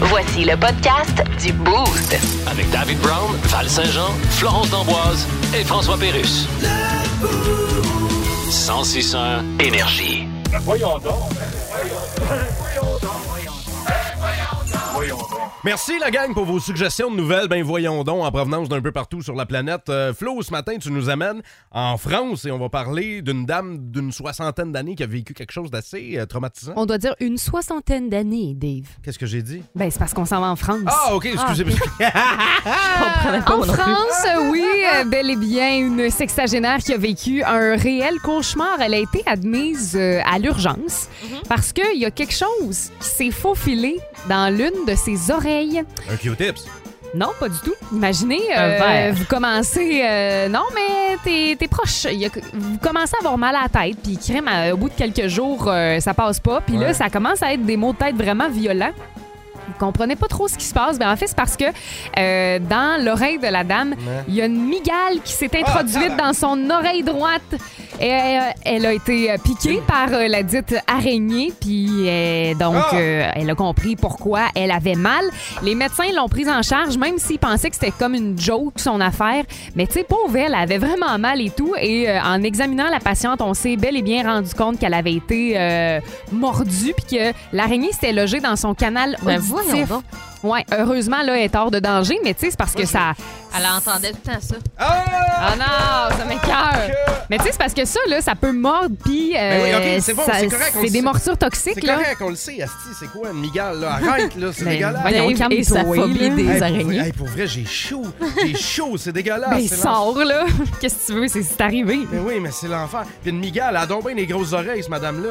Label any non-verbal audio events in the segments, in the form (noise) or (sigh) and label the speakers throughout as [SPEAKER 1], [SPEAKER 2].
[SPEAKER 1] Voici le podcast du Boost.
[SPEAKER 2] Avec David Brown, Val Saint-Jean, Florence D'Amboise et François Pérus. 106 énergie.
[SPEAKER 3] Voyons donc.
[SPEAKER 4] Merci la gang pour vos suggestions de nouvelles. Ben voyons donc en provenance d'un peu partout sur la planète. Euh, Flo, ce matin, tu nous amènes en France et on va parler d'une dame d'une soixantaine d'années qui a vécu quelque chose d'assez euh, traumatisant.
[SPEAKER 5] On doit dire une soixantaine d'années, Dave.
[SPEAKER 4] Qu'est-ce que j'ai dit?
[SPEAKER 5] Ben, c'est parce qu'on s'en va en France.
[SPEAKER 4] Ah, ok, excusez-moi.
[SPEAKER 5] En France, oui, euh, bel et bien, une sexagénaire qui a vécu un réel cauchemar. Elle a été admise euh, à l'urgence parce qu'il y a quelque chose qui s'est faufilé dans l'une de ses oreilles.
[SPEAKER 4] (laughs) Un Q-tips.
[SPEAKER 5] Non, pas du tout. Imaginez,
[SPEAKER 6] Un
[SPEAKER 5] euh,
[SPEAKER 6] verre.
[SPEAKER 5] vous commencez, euh, non, mais t'es, t'es proche. Il y a- vous commencez à avoir mal à la tête, puis crème, euh, au bout de quelques jours, euh, ça passe pas, puis là,
[SPEAKER 4] Ouais.
[SPEAKER 5] ça commence à être des maux de tête vraiment violents. Vous comprenez pas trop ce qui se passe. Ben, en fait, c'est parce que euh, dans l'oreille de la dame,
[SPEAKER 4] Ouais.
[SPEAKER 5] il y a une migale qui s'est introduite dans son oreille droite. Et, euh, elle a été euh, piquée par euh, la dite araignée, puis euh, donc
[SPEAKER 4] Ah!
[SPEAKER 5] euh, elle a compris pourquoi elle avait mal. Les médecins l'ont prise en charge, même s'ils pensaient que c'était comme une joke, son affaire. Mais tu sais, pauvre, elle avait vraiment mal et tout. Et euh, en examinant la patiente, on s'est bel et bien rendu compte qu'elle avait été euh, mordue, puis que l'araignée s'était logée dans son canal
[SPEAKER 6] Ben, voyons
[SPEAKER 5] auditif.
[SPEAKER 6] donc.
[SPEAKER 5] Ouais, heureusement, là, elle est hors de danger, mais tu sais, c'est parce que ça...
[SPEAKER 6] Elle entendait tout le temps ça.
[SPEAKER 4] Ah!
[SPEAKER 5] Ah non, ça m'écoeure. Mais tu sais, c'est parce que ça, là, ça peut mordre, puis. euh,
[SPEAKER 4] Ben oui, ok, c'est bon,
[SPEAKER 5] ça-
[SPEAKER 4] c'est correct, on le
[SPEAKER 5] C'est des
[SPEAKER 4] sait.
[SPEAKER 5] morsures
[SPEAKER 4] C'est
[SPEAKER 5] toxiques, là.
[SPEAKER 4] correct, on le sait, Asti, c'est quoi une migale, là? Arrête, là, c'est
[SPEAKER 5] Ben,
[SPEAKER 4] dégueulasse.
[SPEAKER 5] voyons,
[SPEAKER 6] Dave
[SPEAKER 5] calme-toi,
[SPEAKER 6] et sa
[SPEAKER 5] là.
[SPEAKER 6] phobie des
[SPEAKER 4] Hey, pour-
[SPEAKER 6] araignées.
[SPEAKER 4] hey, pour vrai, j'ai chaud. J'ai chaud, c'est dégueulasse.
[SPEAKER 5] Ben,
[SPEAKER 4] Ah, c'est
[SPEAKER 5] sors, là. (laughs) Qu'est-ce que tu veux? C'est c'est arrivé.
[SPEAKER 4] Mais oui, mais c'est l'enfer. Puis une migale, elle a donc bien des grosses oreilles,
[SPEAKER 6] (laughs)
[SPEAKER 4] ce madame-là.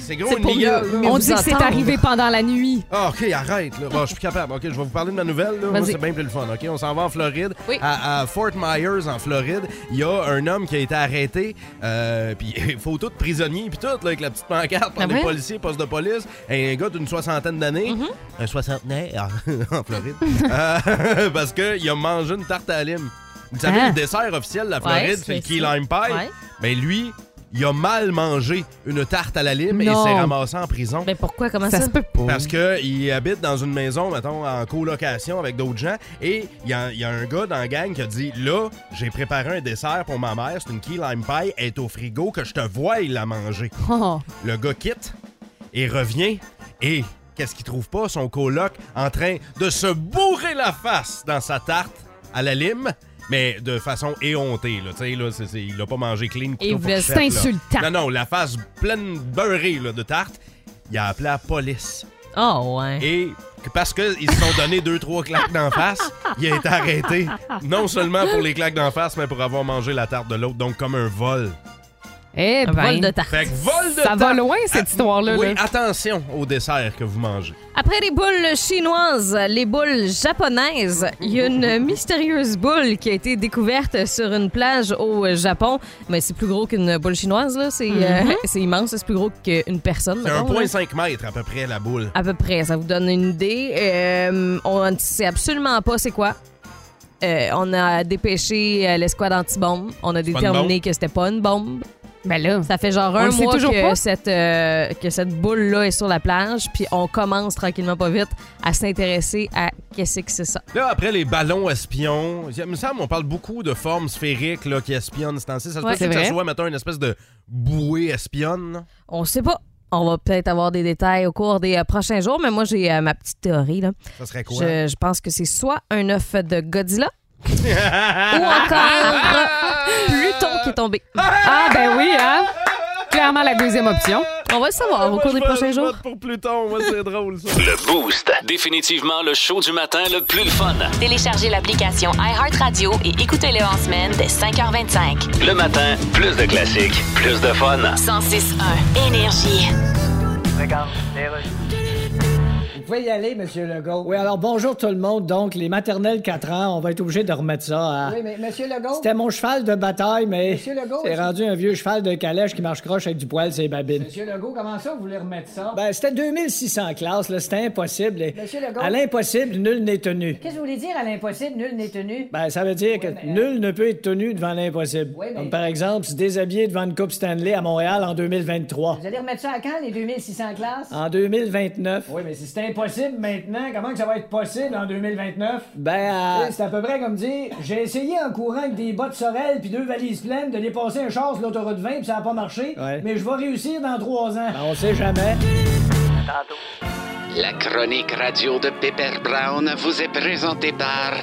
[SPEAKER 4] c'est gros,
[SPEAKER 6] C'est
[SPEAKER 4] une
[SPEAKER 6] pour
[SPEAKER 4] migale.
[SPEAKER 6] mieux-
[SPEAKER 4] là.
[SPEAKER 6] Mais
[SPEAKER 5] On
[SPEAKER 6] vous
[SPEAKER 5] dit que c'est
[SPEAKER 6] entendre.
[SPEAKER 5] arrivé pendant la nuit.
[SPEAKER 4] Ah, OK, arrête. Là. Bon, je suis plus capable. OK, je vais vous parler de ma nouvelle. Là. Moi,
[SPEAKER 6] Vas-y.
[SPEAKER 4] c'est bien plus le fun. OK, on s'en va en Floride.
[SPEAKER 6] Oui.
[SPEAKER 4] À, à Fort Myers, en Floride, il y a un homme qui a été arrêté. Euh, puis, (laughs) photo de prisonnier, puis tout, là, avec la petite pancarte par
[SPEAKER 6] Ah
[SPEAKER 4] les
[SPEAKER 6] ouais?
[SPEAKER 4] policiers, poste de police. Et un gars d'une soixantaine d'années.
[SPEAKER 6] Mm-hmm.
[SPEAKER 4] Un soixantenaire (laughs) en Floride. Euh, (laughs) parce qu'il a mangé une tarte à la lime. Vous savez,
[SPEAKER 5] Ah.
[SPEAKER 4] le dessert officiel de la
[SPEAKER 6] Ouais,
[SPEAKER 4] Floride,
[SPEAKER 6] c'est
[SPEAKER 4] c'est le key
[SPEAKER 6] ça.
[SPEAKER 4] lime pie.
[SPEAKER 6] Ouais.
[SPEAKER 4] Mais lui, il a mal mangé une tarte à la lime et
[SPEAKER 5] Non.
[SPEAKER 4] s'est ramassé en prison.
[SPEAKER 6] Mais pourquoi? Comment ça?
[SPEAKER 5] Ça se peut pas.
[SPEAKER 4] Parce qu'il habite dans une maison, mettons, en colocation avec d'autres gens. Et il y, a- il y a un gars dans la gang qui a dit Là, j'ai préparé un dessert pour ma mère, c'est une key lime pie, elle est au frigo, que je te vois la manger.
[SPEAKER 5] Oh.
[SPEAKER 4] Le gars quitte et revient. Et qu'est-ce qu'il trouve pas Son coloc en train de se bourrer la face dans sa tarte à la lime. Mais de façon éhontée, là. Tu sais, là, c'est- c'est- il a pas mangé clean. couteau,
[SPEAKER 6] il voulait
[SPEAKER 4] fourchette, là.
[SPEAKER 5] s'insultant.
[SPEAKER 4] Non, non, la face pleine beurrée, là, de tarte. Il a appelé la police.
[SPEAKER 5] Ah,
[SPEAKER 6] Oh, ouais.
[SPEAKER 4] Et que- parce qu'ils se sont donné deux, trois claques d'en face, il a été arrêté. Non seulement pour les claques d'en face, mais pour avoir mangé la tarte de l'autre. Donc, comme un vol.
[SPEAKER 5] Eh
[SPEAKER 6] Un vol de
[SPEAKER 5] ben.
[SPEAKER 6] tarte.
[SPEAKER 4] Fait que vol de
[SPEAKER 5] Ça va
[SPEAKER 4] tarte.
[SPEAKER 5] loin, cette histoire-là.
[SPEAKER 4] Ah, Oui,
[SPEAKER 5] là.
[SPEAKER 4] attention au dessert que vous mangez.
[SPEAKER 6] Après les boules chinoises, les boules japonaises, il y a
[SPEAKER 4] (laughs)
[SPEAKER 6] une mystérieuse boule qui a été découverte sur une plage au Japon. Mais c'est plus gros qu'une boule chinoise, là. C'est euh, (laughs) c'est immense, c'est plus gros qu'une personne.
[SPEAKER 4] Mhm. C'est
[SPEAKER 6] mettons, là.
[SPEAKER 4] 1,5 mètre à peu près la boule.
[SPEAKER 6] À peu près, ça vous donne une idée. Euh, on ne sait absolument pas c'est quoi. Euh, on a dépêché euh, l'escouade anti-bombe. On a
[SPEAKER 4] pas une
[SPEAKER 6] déterminé
[SPEAKER 4] bombe.
[SPEAKER 6] que c'était pas une bombe.
[SPEAKER 4] ah.
[SPEAKER 5] Ben là.
[SPEAKER 6] Ça fait genre
[SPEAKER 5] On
[SPEAKER 6] un
[SPEAKER 5] le sait
[SPEAKER 6] mois
[SPEAKER 5] toujours pas?
[SPEAKER 6] que cette, euh, que cette boule-là est sur la plage. Puis on commence tranquillement, pas vite, à s'intéresser à qu'est-ce que c'est ça.
[SPEAKER 4] Là, après les ballons espions, il me semble on parle beaucoup de formes sphériques là, qui espionnent ce temps-ci. Ça se
[SPEAKER 6] Ouais,
[SPEAKER 4] peut
[SPEAKER 6] c'est
[SPEAKER 4] que ça
[SPEAKER 6] vrai.
[SPEAKER 4] soit, mettons, une espèce de bouée espionne. là?
[SPEAKER 6] On sait pas. On va peut-être avoir des détails au cours des euh, prochains jours, mais moi, j'ai euh, ma petite théorie. Là.
[SPEAKER 4] Ça serait quoi?
[SPEAKER 6] Je, je pense que c'est soit un œuf de Godzilla (laughs) ou encore Pluton qui est tombé.
[SPEAKER 5] Ah, ben oui, hein? Clairement la deuxième
[SPEAKER 6] (laughs)
[SPEAKER 5] option.
[SPEAKER 6] On va le savoir au
[SPEAKER 4] Moi,
[SPEAKER 6] cours
[SPEAKER 4] je
[SPEAKER 6] des
[SPEAKER 4] vote-
[SPEAKER 6] prochains
[SPEAKER 4] je
[SPEAKER 6] jours.
[SPEAKER 4] vote pour Pluton, moi, c'est drôle, ça.
[SPEAKER 2] Le Boost. Définitivement le show du matin le plus le fun.
[SPEAKER 1] Téléchargez l'application iHeartRadio et écoutez-le en semaine dès 5h25.
[SPEAKER 2] Le matin, plus de classiques, plus de fun.
[SPEAKER 1] 106.1 Énergie.
[SPEAKER 7] Vous pouvez y aller, Monsieur Legault. Oui, alors bonjour tout le monde. Donc, les maternelles 4 ans, on va être obligé de remettre ça à. Oui, mais Monsieur Legault. C'était mon cheval de bataille, mais. Monsieur Legault. C'est rendu un vieux cheval de calèche qui marche croche avec du poil, c'est babine. Monsieur Legault, comment ça, vous voulez remettre ça? Ben, c'était 2600 classes, là. C'était impossible. et-
[SPEAKER 8] Monsieur Legault.
[SPEAKER 7] À l'impossible, nul n'est tenu.
[SPEAKER 8] Qu'est-ce que vous voulez dire à l'impossible, nul n'est tenu?
[SPEAKER 7] Ben, ça veut dire que nul ne peut être tenu devant l'impossible.
[SPEAKER 8] Oui, mais-
[SPEAKER 7] Comme par exemple, se déshabiller devant une Coupe Stanley à Montréal en 2023.
[SPEAKER 8] Vous allez remettre ça à quand, les 2600 classes?
[SPEAKER 7] En 2029.
[SPEAKER 8] Oui, mais si c'est
[SPEAKER 7] impossible maintenant. Comment que ça va être possible en 2029?
[SPEAKER 9] Ben, euh,
[SPEAKER 7] Tu sais, C'est à peu près comme dire j'ai essayé en courant avec des bottes sorel puis deux valises pleines de dépasser un char sur l'autoroute 20 puis ça a pas marché.
[SPEAKER 9] Ouais. Ben,
[SPEAKER 7] Mais je vais réussir dans trois ans.
[SPEAKER 9] on sait jamais.
[SPEAKER 3] La chronique radio de Pepper Brown vous est présentée par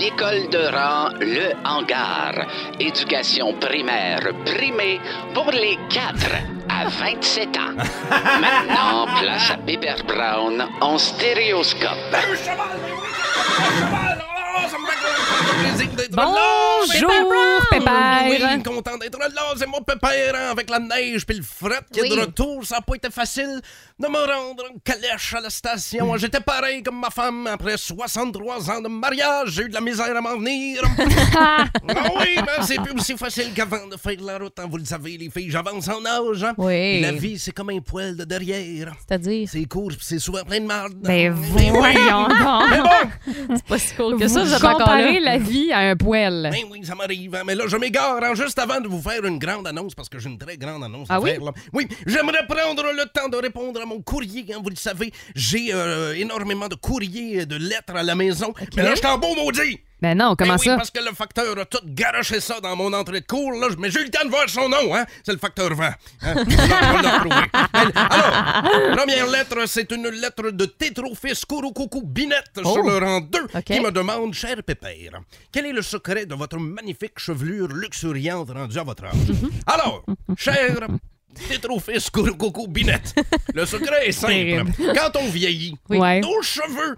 [SPEAKER 3] l'école de rang Le Hangar. Éducation primaire primée pour les 4 à 27 ans. Maintenant, place à Pepper Brown en stéréoscope.
[SPEAKER 10] oh,
[SPEAKER 5] Bonjour, Pépère.
[SPEAKER 10] Oui, content d'être là, c'est mon pépère hein, avec la neige puis le fret qui est de retour. Ça n'a pas été facile de me rendre en calèche à la station.
[SPEAKER 5] Mm.
[SPEAKER 10] J'étais pareil comme ma femme après 63 ans de mariage. J'ai eu de la misère à
[SPEAKER 5] (laughs)
[SPEAKER 10] m'en venir. Ah oui, mais c'est plus aussi facile qu'avant de faire la route. hein. Vous le savez, les filles, j'avance en âge. hein.
[SPEAKER 4] Oui.
[SPEAKER 10] La vie, c'est comme un poêle de derrière.
[SPEAKER 4] C'est-à-dire,
[SPEAKER 10] C'est court puis c'est souvent plein de marde.
[SPEAKER 5] Ben
[SPEAKER 10] Mais oui.
[SPEAKER 5] voyons donc. (laughs)
[SPEAKER 10] Mais bon,
[SPEAKER 4] c'est pas si cool que
[SPEAKER 5] Vous
[SPEAKER 4] ça, je suis encore là.
[SPEAKER 5] comparez la vie à un poêle.
[SPEAKER 10] Ben oui, ça m'arrive. hein. Mais là, je m'égare hein, juste avant de vous faire une grande annonce parce que j'ai une très grande annonce
[SPEAKER 5] Ah
[SPEAKER 10] à
[SPEAKER 5] oui?
[SPEAKER 10] faire. là. Oui, j'aimerais prendre le temps de répondre à mon courrier. hein. vous le savez, j'ai euh, énormément de courriers et de lettres à la maison. Mais là, je suis en beau maudit.
[SPEAKER 5] Ben non, comment
[SPEAKER 10] Ben oui,
[SPEAKER 5] ça?
[SPEAKER 10] parce que le facteur a tout garoché ça dans mon entrée de cours. Là, mais j'ai eu le temps de voir son nom, hein? C'est le facteur vent.
[SPEAKER 5] (laughs)
[SPEAKER 10] hein. On va le retrouver. Alors, première lettre, c'est une lettre de Tétrofis Kouroukoukou Binette sur
[SPEAKER 5] Oh!
[SPEAKER 10] le rang 2 qui me demande, cher Pépère, quel est le secret de votre magnifique chevelure luxuriante rendue à votre âge?
[SPEAKER 5] Mm-hmm.
[SPEAKER 10] Alors, cher Tétrofis Kouroukoukou Binette, le secret est simple.
[SPEAKER 5] Terrible.
[SPEAKER 10] Quand on vieillit,
[SPEAKER 5] Oui. Ouais.
[SPEAKER 10] nos cheveux,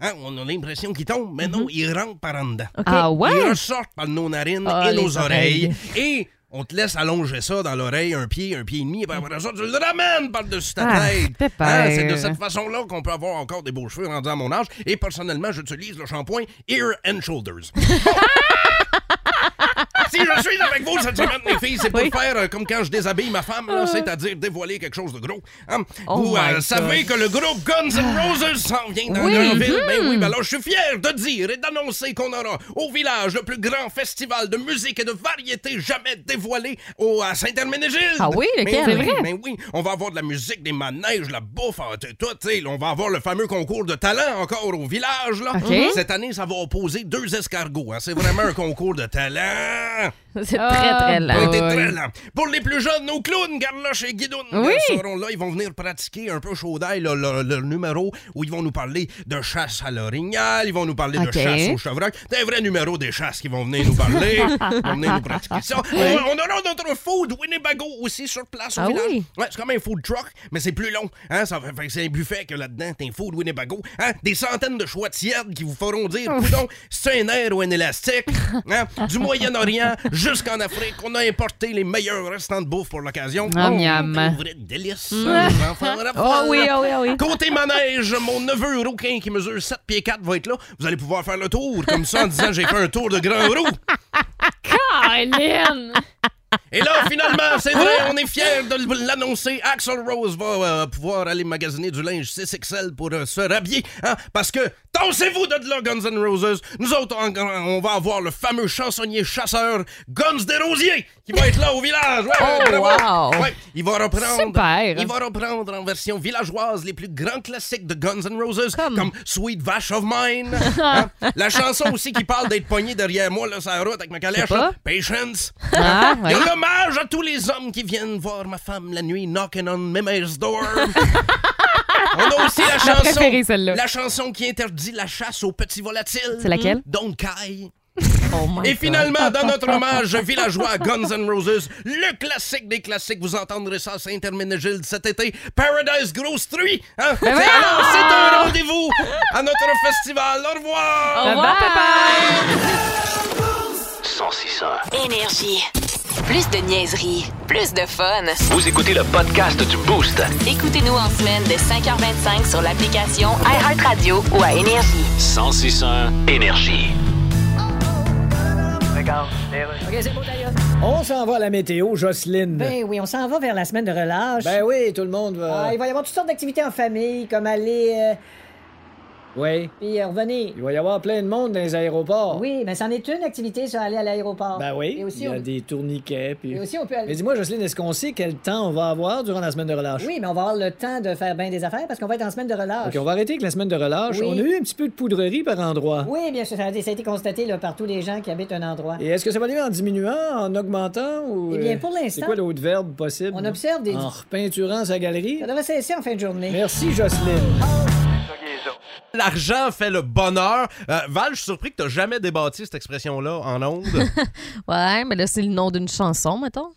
[SPEAKER 10] hein, on a l'impression qu'ils tombent, mais non, ils rentrent par en dedans.
[SPEAKER 5] Ah
[SPEAKER 10] Ils
[SPEAKER 5] ouais?
[SPEAKER 10] ressortent par nos narines
[SPEAKER 4] Ah,
[SPEAKER 10] et nos
[SPEAKER 4] les
[SPEAKER 10] oreilles. Et on te laisse allonger ça dans l'oreille, un pied, un pied et demi, et puis après ça, tu le ramènes par-dessus ta
[SPEAKER 5] Ah,
[SPEAKER 10] tête. Hein,
[SPEAKER 5] pépère.
[SPEAKER 10] c'est de cette façon-là qu'on peut avoir encore des beaux cheveux rendus à mon âge. Et personnellement, j'utilise le shampoing Ear and Shoulders. Bon. (laughs) Si je suis avec vous cette semaine, mes filles, c'est pour faire euh, comme quand je déshabille ma femme, là, c'est-à-dire dévoiler quelque chose de gros. Hein?
[SPEAKER 4] Ah. Oh
[SPEAKER 10] vous euh,
[SPEAKER 4] my
[SPEAKER 10] savez que le groupe Guns N' Roses s'en vient dans
[SPEAKER 5] Oui,
[SPEAKER 10] Granville.
[SPEAKER 4] Mm-hmm.
[SPEAKER 10] Ben oui, ben alors je suis fier de dire et d'annoncer qu'on aura au village le plus grand festival de musique et de variété jamais dévoilé au, à Saint-Herménégilde.
[SPEAKER 4] Ah oui, lequel?
[SPEAKER 10] Mais
[SPEAKER 4] C'est
[SPEAKER 10] oui,
[SPEAKER 4] vrai?
[SPEAKER 10] mais oui, on va avoir de la musique, des manèges, la bouffe, ah, t- tout, tu sais, là, on va avoir le fameux concours de talent encore au village, là. Mm-hmm.
[SPEAKER 5] OK.
[SPEAKER 10] Cette année, ça va opposer deux escargots, hein. C'est vraiment un concours de talent.
[SPEAKER 4] C'est très,
[SPEAKER 5] Ah.
[SPEAKER 4] très
[SPEAKER 10] Ça a
[SPEAKER 4] lent.
[SPEAKER 10] été
[SPEAKER 5] oui.
[SPEAKER 10] très lent. Pour les plus jeunes, nos clowns, Garloche et Guidoun,
[SPEAKER 5] Oui.
[SPEAKER 10] ils seront là. Ils vont venir pratiquer un peu chaud d'ail leur, leur- leur numéro où ils vont nous parler de chasse à l'orignal, ils vont nous parler
[SPEAKER 5] Ok.
[SPEAKER 10] de chasse au chevreuil. C'est un vrai numéro des chasses qu'ils vont venir
[SPEAKER 4] (laughs)
[SPEAKER 10] nous parler. ils vont venir nous pratiquer ça. Euh, On, on aura notre food Winnebago aussi sur place au
[SPEAKER 4] Ah
[SPEAKER 10] village.
[SPEAKER 4] oui?
[SPEAKER 10] Ouais, c'est comme un food truck, mais c'est plus long. Hein? Ça fait, fait que c'est un buffet que là-dedans, t'as un food Winnebago. Hein? Des centaines de choix tièdes qui vous feront dire,
[SPEAKER 4] Oh.
[SPEAKER 10] coudon, c'est un air ou un élastique. Hein?
[SPEAKER 4] (laughs)
[SPEAKER 10] Du Moyen-Orient jusqu'en Afrique, on a importé les meilleurs restants de bouffe pour l'occasion.
[SPEAKER 5] Ah, miam.
[SPEAKER 10] des vrais délices, hein, les enfants
[SPEAKER 4] (laughs) Oh oui, oh oui, oh oui.
[SPEAKER 10] Ah Côté manège, mon neveu Rouquin qui mesure 7 pieds 4 va être là. Vous allez pouvoir faire le tour, comme ça, en disant j'ai fait un tour de grand roux.
[SPEAKER 6] Ah,
[SPEAKER 5] Caroline!
[SPEAKER 10] Et là, finalement, c'est vrai, on est fiers de l'annoncer. Axel Rose va euh, pouvoir aller magasiner du linge 6XL pour euh, se rhabiller. hein, parce que, tassez-vous de là, Guns N' Roses. Nous autres, en- en- on va avoir le fameux chansonnier chasseur Guns des Rosiers qui va être là au village. Ouais, ouais,
[SPEAKER 4] Oh,
[SPEAKER 10] bravo.
[SPEAKER 4] wow.
[SPEAKER 10] Ouais, il va reprendre.
[SPEAKER 5] Super.
[SPEAKER 10] Il va reprendre en version villageoise les plus grands classiques de Guns N' Roses,
[SPEAKER 4] Comme?
[SPEAKER 10] comme, Sweet Vash of Mine. hein. La chanson aussi qui parle d'être pogné derrière moi, là, sur la route avec ma calèche.
[SPEAKER 5] pas.
[SPEAKER 10] là. Patience.
[SPEAKER 5] Ah,
[SPEAKER 10] Il y
[SPEAKER 5] ouais.
[SPEAKER 10] a un hommage à tous les hommes qui viennent voir ma femme la nuit knocking on Mama's
[SPEAKER 5] (laughs)
[SPEAKER 10] door. On a aussi la
[SPEAKER 5] Ma
[SPEAKER 10] chanson,
[SPEAKER 5] préférée, celle-là.
[SPEAKER 10] la chanson qui interdit la chasse aux petits volatiles. Mmh.
[SPEAKER 5] C'est laquelle?
[SPEAKER 10] Don't Kai.
[SPEAKER 4] Oh my
[SPEAKER 10] Et finalement,
[SPEAKER 5] (laughs)
[SPEAKER 10] dans notre hommage villageois à Guns N' Roses, le classique des classiques, vous entendrez ça à Saint-Herménégilde cet été, Paradise Grosse 3. Hein? C'est-
[SPEAKER 5] Ben
[SPEAKER 10] Alors, c'est
[SPEAKER 5] Ah!
[SPEAKER 10] un rendez-vous à notre festival. Au revoir!
[SPEAKER 5] Bye bye.
[SPEAKER 2] 106
[SPEAKER 1] Énergie. Plus de niaiserie, plus de fun.
[SPEAKER 2] Vous écoutez le podcast du Boost.
[SPEAKER 1] Écoutez-nous en semaine de 5h25 sur l'application iHeartRadio ou à Énergie.
[SPEAKER 2] 106 Énergie.
[SPEAKER 9] On s'en va à la météo, Jocelyne.
[SPEAKER 7] Ben oui, on s'en va vers la semaine de relâche.
[SPEAKER 9] Ben oui, tout le monde va.
[SPEAKER 7] Ah, il va y avoir toutes sortes d'activités en famille, comme aller euh, Oui.
[SPEAKER 9] puis euh, revenir.
[SPEAKER 7] Il va y avoir plein de monde dans les aéroports.
[SPEAKER 9] Oui, mais c'en est une activité, ça, aller à l'aéroport.
[SPEAKER 7] Ben oui.
[SPEAKER 9] Et aussi,
[SPEAKER 7] il y a
[SPEAKER 9] on...
[SPEAKER 7] des tourniquets. Puis...
[SPEAKER 9] et aussi, on peut
[SPEAKER 7] Mais
[SPEAKER 9] aller.
[SPEAKER 7] dis-moi, Jocelyne, est-ce qu'on sait quel temps on va avoir durant la semaine de relâche?
[SPEAKER 9] Oui, mais on va avoir le temps de faire bien des affaires parce qu'on va être en semaine de relâche.
[SPEAKER 7] OK, on va arrêter avec la semaine de relâche.
[SPEAKER 9] Oui.
[SPEAKER 7] On a eu un petit peu de poudrerie par endroit.
[SPEAKER 9] Oui, bien sûr, ça a été ça a été constaté là, par tous les gens qui habitent un endroit.
[SPEAKER 7] Et est-ce que ça va aller en diminuant, en augmentant ou.
[SPEAKER 9] Eh bien,
[SPEAKER 7] euh,
[SPEAKER 9] pour
[SPEAKER 7] C'est
[SPEAKER 9] l'instant,
[SPEAKER 7] quoi l'autre verbe possible?
[SPEAKER 9] on observe des-
[SPEAKER 7] En repeinturant sa galerie.
[SPEAKER 9] ça devrait cesser en fin de journée.
[SPEAKER 7] Merci, Jocelyne.
[SPEAKER 4] L'argent fait le bonheur. Euh, Val, je suis surpris que tu jamais débattu cette expression-là
[SPEAKER 6] (laughs)
[SPEAKER 4] en ondes.
[SPEAKER 6] Ouais, mais là, c'est le nom d'une chanson, mettons.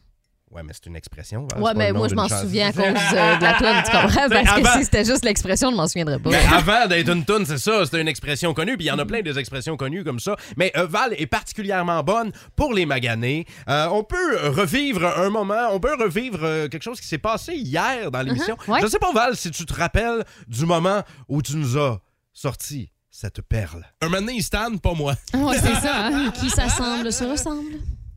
[SPEAKER 4] ouais, mais c'est une expression. Val,
[SPEAKER 6] Ouais,
[SPEAKER 4] c'est pas
[SPEAKER 6] mais
[SPEAKER 4] le nom
[SPEAKER 6] moi, je
[SPEAKER 4] d'une
[SPEAKER 6] m'en
[SPEAKER 4] chanson.
[SPEAKER 6] souviens à cause euh, de la toune, tu
[SPEAKER 4] (laughs)
[SPEAKER 6] comprends? Parce que
[SPEAKER 4] Ah, ben, avant-
[SPEAKER 6] si c'était juste l'expression, je m'en souviendrais pas.
[SPEAKER 4] Mais avant d'être une toune, c'est ça, c'était une expression connue, puis il y en a plein des expressions connues comme ça. Mais euh, Val est particulièrement bonne pour les maganés. Euh, on peut revivre un moment, on peut revivre euh, quelque chose qui s'est passé hier dans l'émission.
[SPEAKER 6] Uh-huh,
[SPEAKER 5] ouais.
[SPEAKER 4] Je sais pas, Val, si tu te rappelles du moment où tu nous as sorti cette perle. Un moment donné, il se tanne, pas moi.
[SPEAKER 5] (laughs) Ouais, c'est ça. hein.
[SPEAKER 6] Qui s'assemble, se ressemble.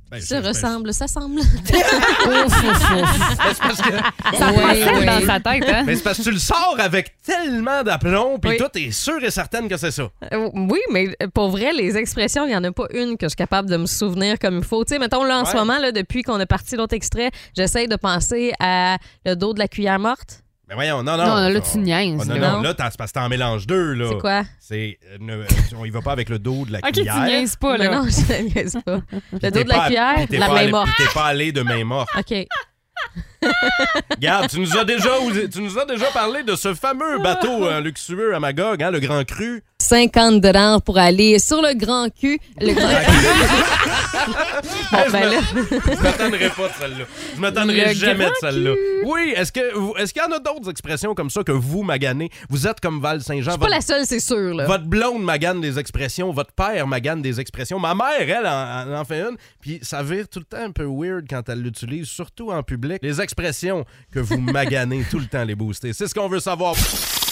[SPEAKER 4] Ben,
[SPEAKER 6] Se
[SPEAKER 4] je- je-
[SPEAKER 6] ressemble,
[SPEAKER 9] (laughs)
[SPEAKER 6] s'assemble. ouf, ouf, ouf.
[SPEAKER 5] Ça
[SPEAKER 6] Oui,
[SPEAKER 5] passe sec
[SPEAKER 6] Ah oui.
[SPEAKER 5] dans sa tête, hein?
[SPEAKER 4] Mais c'est parce que tu le sors avec tellement d'aplomb, puis
[SPEAKER 6] Oui.
[SPEAKER 4] toi, t'es sûr et certaine que c'est ça.
[SPEAKER 6] Euh, Oui, mais pour vrai, les expressions, il n'y en a pas une que je suis capable de me souvenir comme il faut. Tu sais, mettons, là, en
[SPEAKER 4] Ouais.
[SPEAKER 6] ce moment, là, depuis qu'on a parti l'autre extrait, j'essaye de penser à le dos de la cuillère morte.
[SPEAKER 4] Mais voyons, non, non.
[SPEAKER 5] Non, là,
[SPEAKER 4] on-
[SPEAKER 5] tu niaises.
[SPEAKER 4] Oh,
[SPEAKER 5] là.
[SPEAKER 4] non,
[SPEAKER 6] là.
[SPEAKER 4] non, là, t'as- c'est parce que t'en mélanges deux, là.
[SPEAKER 6] C'est quoi?
[SPEAKER 4] C'est. euh, ne- on y va pas avec le dos de la
[SPEAKER 5] Ok, tu
[SPEAKER 4] cuillère.
[SPEAKER 5] niaises pas,
[SPEAKER 6] Mais
[SPEAKER 5] là.
[SPEAKER 6] Ben non, je ne niaise (laughs) pas. Le dos
[SPEAKER 4] T'es
[SPEAKER 6] de la
[SPEAKER 4] pas-
[SPEAKER 6] cuillère,
[SPEAKER 4] puis t'es
[SPEAKER 6] la
[SPEAKER 4] pas
[SPEAKER 6] main
[SPEAKER 4] allé-
[SPEAKER 6] morte.
[SPEAKER 4] puis T'es pas allé de
[SPEAKER 6] (laughs)
[SPEAKER 4] main morte.
[SPEAKER 6] OK.
[SPEAKER 4] Regarde, tu nous as déjà, osé- tu nous as déjà parlé de ce fameux bateau euh, luxueux à Magog, hein, le Grand Cru.
[SPEAKER 6] 50 dollars pour aller sur le grand cul. Le grand
[SPEAKER 4] Hey, je
[SPEAKER 6] ben
[SPEAKER 4] me-
[SPEAKER 6] là.
[SPEAKER 4] je m'attendrais pas de celle-là. Je m'attendrais
[SPEAKER 6] Le
[SPEAKER 4] jamais de
[SPEAKER 6] grand
[SPEAKER 4] celle-là. Oui, est-ce que vous- est-ce qu'il y en a d'autres expressions comme ça que vous maganez Vous êtes comme Val Saint-Jean.
[SPEAKER 6] Je suis pas
[SPEAKER 4] votre-
[SPEAKER 6] la seule, c'est sûr. Là.
[SPEAKER 4] Votre blonde magane des expressions, votre père magane des expressions. Ma mère, elle, en, en- en fait une. Puis ça vire tout le temps un peu weird quand elle l'utilise, surtout en public. Les expressions
[SPEAKER 6] (laughs)
[SPEAKER 4] que vous maganez tout le temps, les booster. C'est ce qu'on veut savoir.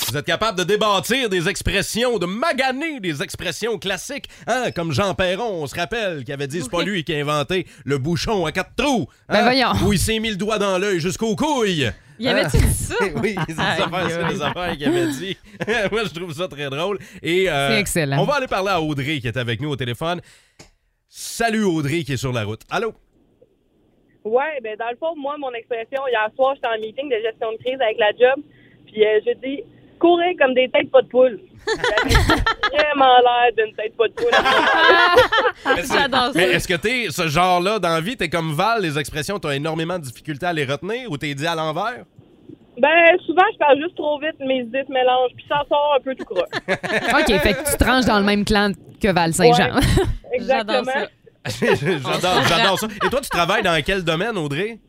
[SPEAKER 4] Vous êtes capable de débattre des expressions, de maganer des expressions classiques. Hein? Comme Jean Perron, on se rappelle, qui avait dit c'est pas lui qui a inventé le bouchon à quatre trous. Hein?
[SPEAKER 5] Ben voyons.
[SPEAKER 4] Où il s'est mis le doigt dans l'œil jusqu'aux couilles. Hein?
[SPEAKER 6] Il y avait-tu dit
[SPEAKER 4] (laughs)
[SPEAKER 6] ça?
[SPEAKER 4] Eh
[SPEAKER 5] (laughs)
[SPEAKER 4] Oui, c'est des affaires, c'est des affaires qu'il avait dit. (laughs) Moi, je trouve ça très drôle. Et, euh,
[SPEAKER 5] C'est excellent.
[SPEAKER 4] On va aller parler à Audrey qui est avec nous au téléphone. Salut Audrey qui est sur la route. Allô?
[SPEAKER 11] Ouais, ben dans le fond, moi, mon expression, hier soir, j'étais en meeting de gestion de crise avec la job, puis euh, j'ai dit « courir comme des têtes pas de poule ». J'avais vraiment l'air d'une tête pas de poule.
[SPEAKER 5] Oh,
[SPEAKER 6] J'adore
[SPEAKER 4] Mais
[SPEAKER 6] ça.
[SPEAKER 4] est-ce que t'es ce genre-là dans la vie? T'es comme Val, les expressions, t'as énormément de difficultés à les retenir ou t'es dit à l'envers? (laughs)
[SPEAKER 11] ben, souvent, je parle juste trop vite, mes idées se mélangent, puis ça sort un peu tout croc.
[SPEAKER 5] OK, fait que tu te ranges dans le même clan que Val Saint-Jean.
[SPEAKER 6] J'adore
[SPEAKER 11] Exactement.
[SPEAKER 6] ça.
[SPEAKER 4] j'adore, j'adore ça. Et toi, tu travailles dans quel domaine, Audrey? (laughs)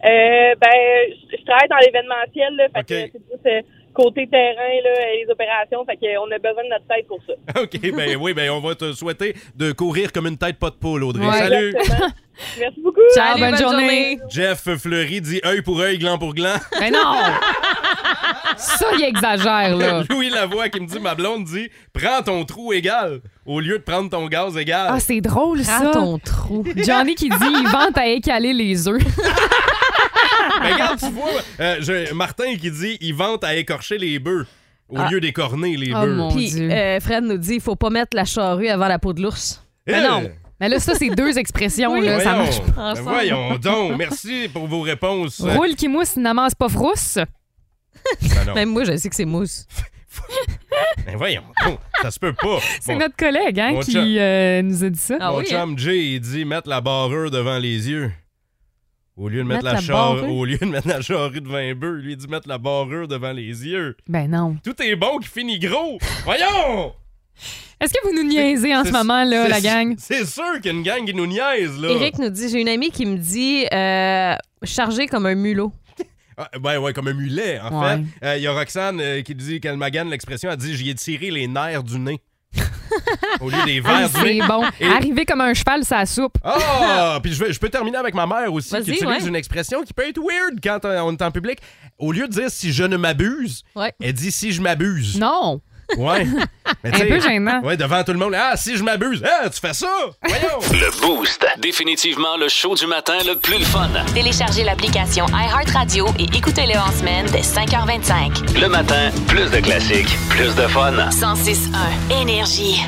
[SPEAKER 11] Euh, ben, je je travaille dans l'événementiel, là, fait
[SPEAKER 4] Ok.
[SPEAKER 11] que c'est plus euh, côté terrain, là, et les opérations, fait qu'on a besoin de notre tête pour ça.
[SPEAKER 4] OK, ben oui, ben on va te souhaiter de courir comme une tête pas de poule, Audrey.
[SPEAKER 5] Ouais.
[SPEAKER 4] Salut!
[SPEAKER 11] Exactement. Merci beaucoup!
[SPEAKER 5] (laughs) (laughs) Ciao,
[SPEAKER 6] Allez,
[SPEAKER 5] bonne,
[SPEAKER 6] bonne
[SPEAKER 5] journée.
[SPEAKER 6] journée.
[SPEAKER 4] Jeff Fleury dit œil pour œil, gland pour gland.
[SPEAKER 5] Mais non! Ça, il exagère, là.
[SPEAKER 4] (laughs) Louis Lavoie qui me dit, ma blonde dit, prends ton trou égal au lieu de prendre ton gaz égal.
[SPEAKER 5] Ah, c'est drôle, ça.
[SPEAKER 6] Prends ton trou.
[SPEAKER 5] Johnny qui dit il vente à écaler les œufs.
[SPEAKER 4] Mais regarde, tu vois, euh, je- Martin qui dit, il vente à écorcher les bœufs au lieu d'écorner les
[SPEAKER 5] Oh
[SPEAKER 4] bœufs.
[SPEAKER 5] mon
[SPEAKER 6] Puis
[SPEAKER 5] Dieu.
[SPEAKER 6] euh, Fred nous dit il faut pas mettre la charrue avant la peau de l'ours.
[SPEAKER 4] Eh,
[SPEAKER 6] Mais non.
[SPEAKER 5] Mais là, ça, c'est deux expressions, Ben là. Ça
[SPEAKER 4] voyons.
[SPEAKER 5] marche
[SPEAKER 4] Ben voyons donc. Merci pour vos réponses.
[SPEAKER 5] pas. Roule qui mousse, n'amasse pas frousse.
[SPEAKER 4] Ben non.
[SPEAKER 6] Même moi, je sais que c'est mousse.
[SPEAKER 4] Ben voyons donc. Ça se peut pas.
[SPEAKER 5] (laughs) C'est
[SPEAKER 4] Mon-
[SPEAKER 5] notre collègue, hein,
[SPEAKER 4] Bon chat.
[SPEAKER 5] qui euh, nous a dit ça.
[SPEAKER 6] Ah
[SPEAKER 4] Mon
[SPEAKER 6] oui,
[SPEAKER 4] chum Jay, il dit mettre la barreur devant les yeux. Au lieu de mettre,
[SPEAKER 6] Mettre la
[SPEAKER 4] la, char-
[SPEAKER 6] barrure?
[SPEAKER 4] au lieu de mettre la charrue devant les bœufs, lui il dit mettre la barreur devant les yeux.
[SPEAKER 5] Ben non.
[SPEAKER 4] Tout est bon qui finit gros. Voyons!
[SPEAKER 5] Est-ce que vous nous niaisez en
[SPEAKER 4] C'est-
[SPEAKER 5] ce moment, là,
[SPEAKER 4] c'est-
[SPEAKER 5] la gang?
[SPEAKER 4] C'est sûr qu'il y a une gang qui nous niaise, là.
[SPEAKER 6] Eric nous dit j'ai une amie qui me dit euh, chargé comme un mulot.
[SPEAKER 4] Ah, ben ouais, comme un mulet, en
[SPEAKER 5] Ouais.
[SPEAKER 4] fait. Euh, Il y a Roxane euh, qui dit qu'elle magane l'expression, elle dit j'y ai tiré les nerfs
[SPEAKER 5] (laughs)
[SPEAKER 4] du nez. Au lieu des
[SPEAKER 5] Ah,
[SPEAKER 4] verres du
[SPEAKER 5] c'est
[SPEAKER 4] nez.
[SPEAKER 5] bon.
[SPEAKER 4] Et-
[SPEAKER 5] Arriver comme un cheval, ça soupe.
[SPEAKER 4] Ah! Puis je, vais- je peux terminer avec ma mère aussi, qui
[SPEAKER 6] Vas-y,
[SPEAKER 4] utilise
[SPEAKER 6] ouais.
[SPEAKER 4] une expression qui peut être weird quand euh, on est en public. Au lieu de dire si je ne m'abuse,
[SPEAKER 6] Ouais.
[SPEAKER 4] elle dit si je m'abuse.
[SPEAKER 5] Non. (laughs)
[SPEAKER 4] Ouais. Mais tu
[SPEAKER 5] Un
[SPEAKER 4] sais,
[SPEAKER 5] peu gênant.
[SPEAKER 4] Ouais, devant tout le monde. Ah, si je m'abuse, ah, tu fais ça. Voyons.
[SPEAKER 2] Le Boost. Définitivement le show du matin le plus le fun.
[SPEAKER 1] Téléchargez l'application iHeartRadio et écoutez-le en semaine dès 5h25.
[SPEAKER 2] Le matin, plus de classiques, plus de fun.
[SPEAKER 1] 106.1 Énergie.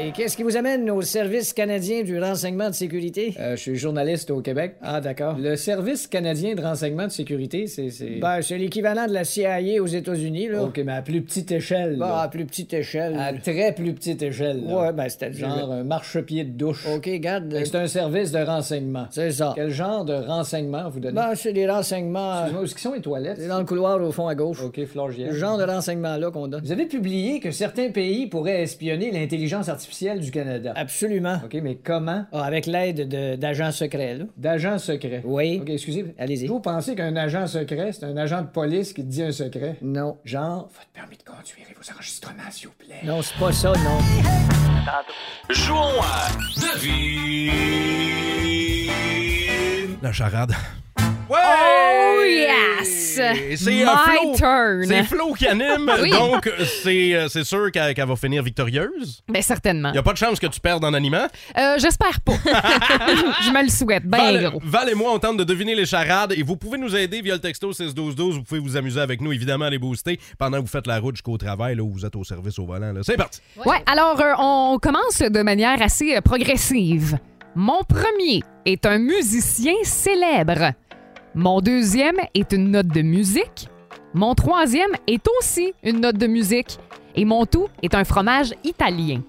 [SPEAKER 9] Et qu'est-ce qui vous amène au Service canadien du renseignement de sécurité?
[SPEAKER 8] Euh, je suis journaliste au Québec.
[SPEAKER 9] Ah, d'accord.
[SPEAKER 8] Le Service canadien de renseignement de sécurité, c'est. c'est-
[SPEAKER 9] Ben, c'est l'équivalent de la CIA aux États-Unis, là.
[SPEAKER 8] OK, mais à plus petite échelle.
[SPEAKER 9] Bah,
[SPEAKER 8] là.
[SPEAKER 9] à plus petite échelle.
[SPEAKER 8] À très plus petite échelle. là.
[SPEAKER 9] Ouais, ben, c'était
[SPEAKER 8] Genre
[SPEAKER 9] genre.
[SPEAKER 8] un marchepied de douche.
[SPEAKER 9] OK, garde.
[SPEAKER 8] Fait que C'est un service de renseignement.
[SPEAKER 9] C'est ça.
[SPEAKER 8] Quel genre de renseignement vous donnez?
[SPEAKER 9] Ben, c'est des renseignements.
[SPEAKER 8] Excuse-moi, où est-ce qu'ils sont les toilettes?
[SPEAKER 9] C'est dans le couloir au fond à gauche.
[SPEAKER 8] OK,
[SPEAKER 9] Le
[SPEAKER 8] Florgière.
[SPEAKER 9] genre de renseignement-là qu'on donne.
[SPEAKER 8] Vous avez publié que certains pays pourraient espionner l'intelligence artificielle du Canada.
[SPEAKER 9] Absolument.
[SPEAKER 8] OK, mais comment?
[SPEAKER 9] Ah, avec l'aide de- d'agents secrets, là.
[SPEAKER 8] D'agents secrets.
[SPEAKER 9] Oui.
[SPEAKER 8] OK, excusez.
[SPEAKER 9] Allez-y.
[SPEAKER 8] Vous pensez qu'un agent secret, c'est un agent de police qui te dit un secret?
[SPEAKER 9] Non.
[SPEAKER 8] Genre, votre permis de conduire et vos enregistrements, s'il vous plaît.
[SPEAKER 9] Non, c'est pas ça, non.
[SPEAKER 2] Jouons à Devine.
[SPEAKER 4] La charade. Ouais!
[SPEAKER 5] Oh, yes!
[SPEAKER 4] Et C'est
[SPEAKER 5] My
[SPEAKER 4] euh, Flo.
[SPEAKER 5] turn.
[SPEAKER 4] C'est Flo qui anime,
[SPEAKER 5] (laughs) Oui.
[SPEAKER 4] donc euh, c'est euh, c'est sûr qu'elle qu'elle va finir victorieuse.
[SPEAKER 5] Ben certainement.
[SPEAKER 4] Il n'y a pas de chance que tu perdes en animant.
[SPEAKER 5] Euh, J'espère
[SPEAKER 4] (laughs)
[SPEAKER 5] pas. (laughs) Je me le souhaite. Ben
[SPEAKER 4] Val,
[SPEAKER 5] gros.
[SPEAKER 4] Val et moi, on tente de deviner les charades et vous pouvez nous aider via le texto 61212. Vous pouvez vous amuser avec nous, évidemment, à les booster pendant que vous faites la route jusqu'au travail, là où vous êtes au service au volant. là. C'est parti!
[SPEAKER 5] Ouais, alors euh, on commence de manière assez euh, progressive. Mon premier est un musicien célèbre. Mon deuxième est une note de musique. Mon troisième est aussi une note de musique. Et mon tout est un fromage italien.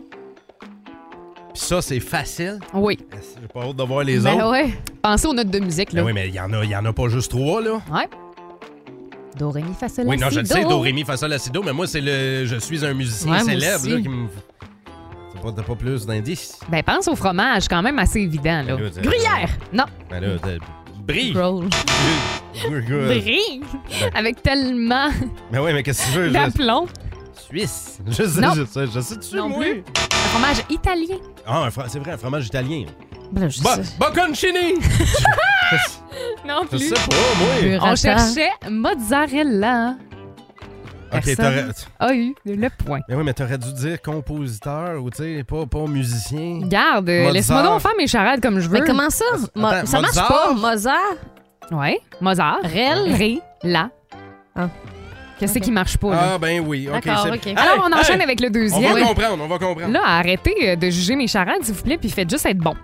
[SPEAKER 4] Puis ça, c'est facile.
[SPEAKER 5] Oui.
[SPEAKER 4] J'ai pas hâte de voir les
[SPEAKER 5] Ben
[SPEAKER 4] autres.
[SPEAKER 5] ouais. Pensez aux notes de musique, là.
[SPEAKER 4] Ben oui, mais il y en a, il y en a pas juste trois, là.
[SPEAKER 5] Ouais. Do, ré, mi, fa, sol,
[SPEAKER 4] Oui,
[SPEAKER 5] la,
[SPEAKER 4] non,
[SPEAKER 5] si,
[SPEAKER 4] je le sais,
[SPEAKER 5] do.
[SPEAKER 4] Do, Ré, Mi, Fa, Sol, La, Si, Do, mais moi, c'est le. Je suis un musicien
[SPEAKER 5] Ouais, moi
[SPEAKER 4] célèbre,
[SPEAKER 5] aussi.
[SPEAKER 4] là, qui me. T'as pas, t'as pas plus d'indices.
[SPEAKER 5] Ben pense au fromage, quand même assez évident, là.
[SPEAKER 4] Ben là, t'as-
[SPEAKER 5] Gruyère! Non.
[SPEAKER 4] Ben là, t'as- Brille!
[SPEAKER 5] Roll.
[SPEAKER 4] Euh,
[SPEAKER 5] Brille! Avec tellement
[SPEAKER 4] Mais Ben oui, mais qu'est-ce que tu veux? ben. Je...
[SPEAKER 5] d'aplomb.
[SPEAKER 4] Suisse. Je sais,
[SPEAKER 5] Ben, Non.
[SPEAKER 4] je sais, je sais dessus,
[SPEAKER 5] Non
[SPEAKER 4] moi.
[SPEAKER 5] plus. Un fromage italien.
[SPEAKER 4] Ah, un fra- c'est vrai, un fromage italien.
[SPEAKER 5] Ben, je
[SPEAKER 4] Bo-
[SPEAKER 5] sais-
[SPEAKER 4] Bocconcini!
[SPEAKER 5] (laughs) Non
[SPEAKER 4] Je
[SPEAKER 5] plus.
[SPEAKER 4] sais pas, moi.
[SPEAKER 5] On cherchait mozzarella.
[SPEAKER 4] Ok,
[SPEAKER 5] Personne
[SPEAKER 4] t'aurais.
[SPEAKER 5] A eu le point.
[SPEAKER 4] Mais oui, mais t'aurais dû dire compositeur ou, tu sais, pas, pas musicien.
[SPEAKER 5] Garde,
[SPEAKER 4] Mozart.
[SPEAKER 5] laisse-moi donc faire mes charades comme je veux.
[SPEAKER 6] Mais comment ça? Mo-
[SPEAKER 4] Attends,
[SPEAKER 6] ça marche
[SPEAKER 4] Mozart?
[SPEAKER 6] pas, Mozart?
[SPEAKER 5] Ouais. Mozart.
[SPEAKER 6] Rel?
[SPEAKER 5] Ré. La.
[SPEAKER 6] Ah.
[SPEAKER 5] Qu'est-ce
[SPEAKER 6] Ok.
[SPEAKER 5] qui marche pas, là?
[SPEAKER 4] Ah, ben oui. Ok,
[SPEAKER 6] D'accord,
[SPEAKER 4] c'est-
[SPEAKER 6] ok.
[SPEAKER 4] Hey,
[SPEAKER 5] Alors, on
[SPEAKER 4] hey,
[SPEAKER 5] enchaîne avec le
[SPEAKER 4] On
[SPEAKER 5] deuxième.
[SPEAKER 4] va comprendre, on va comprendre.
[SPEAKER 5] Là, arrêtez euh, de juger mes charades, s'il vous plaît, puis faites juste être bon.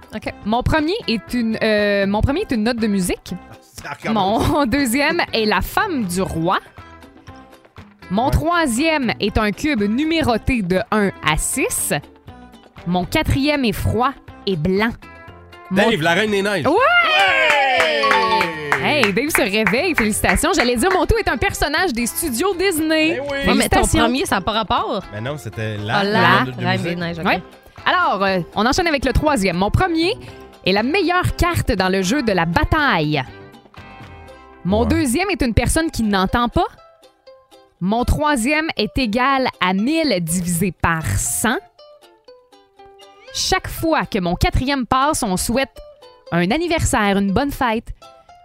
[SPEAKER 5] Mon premier est une, euh, mon premier est une note de musique.
[SPEAKER 4] Ça recommence.
[SPEAKER 5] Mon (laughs) deuxième est la femme du roi. Mon troisième est un cube numéroté de 1 à 6. Mon quatrième est froid et blanc. Mon-
[SPEAKER 4] Dave, la reine des neiges.
[SPEAKER 5] Ouais! Hey, Dave se réveille, félicitations. J'allais dire, mon tout est un personnage des studios Disney.
[SPEAKER 4] Ben oui.
[SPEAKER 6] Ouais, mais ton
[SPEAKER 5] Félicitations.
[SPEAKER 6] premier, ça n'a pas rapport.
[SPEAKER 4] Mais Ben non, c'était la.
[SPEAKER 6] Ah là,
[SPEAKER 4] de- de
[SPEAKER 6] Reine
[SPEAKER 4] musique.
[SPEAKER 6] des Neiges, ok.
[SPEAKER 5] Ouais. Alors, euh, on enchaîne avec le troisième. Mon premier est la meilleure carte dans le jeu de la bataille. Mon
[SPEAKER 4] Ouais.
[SPEAKER 5] deuxième est une personne qui n'entend pas. Mon troisième est égal à 1000 divisé par 100. Chaque fois que mon quatrième passe, on souhaite un anniversaire, une bonne fête.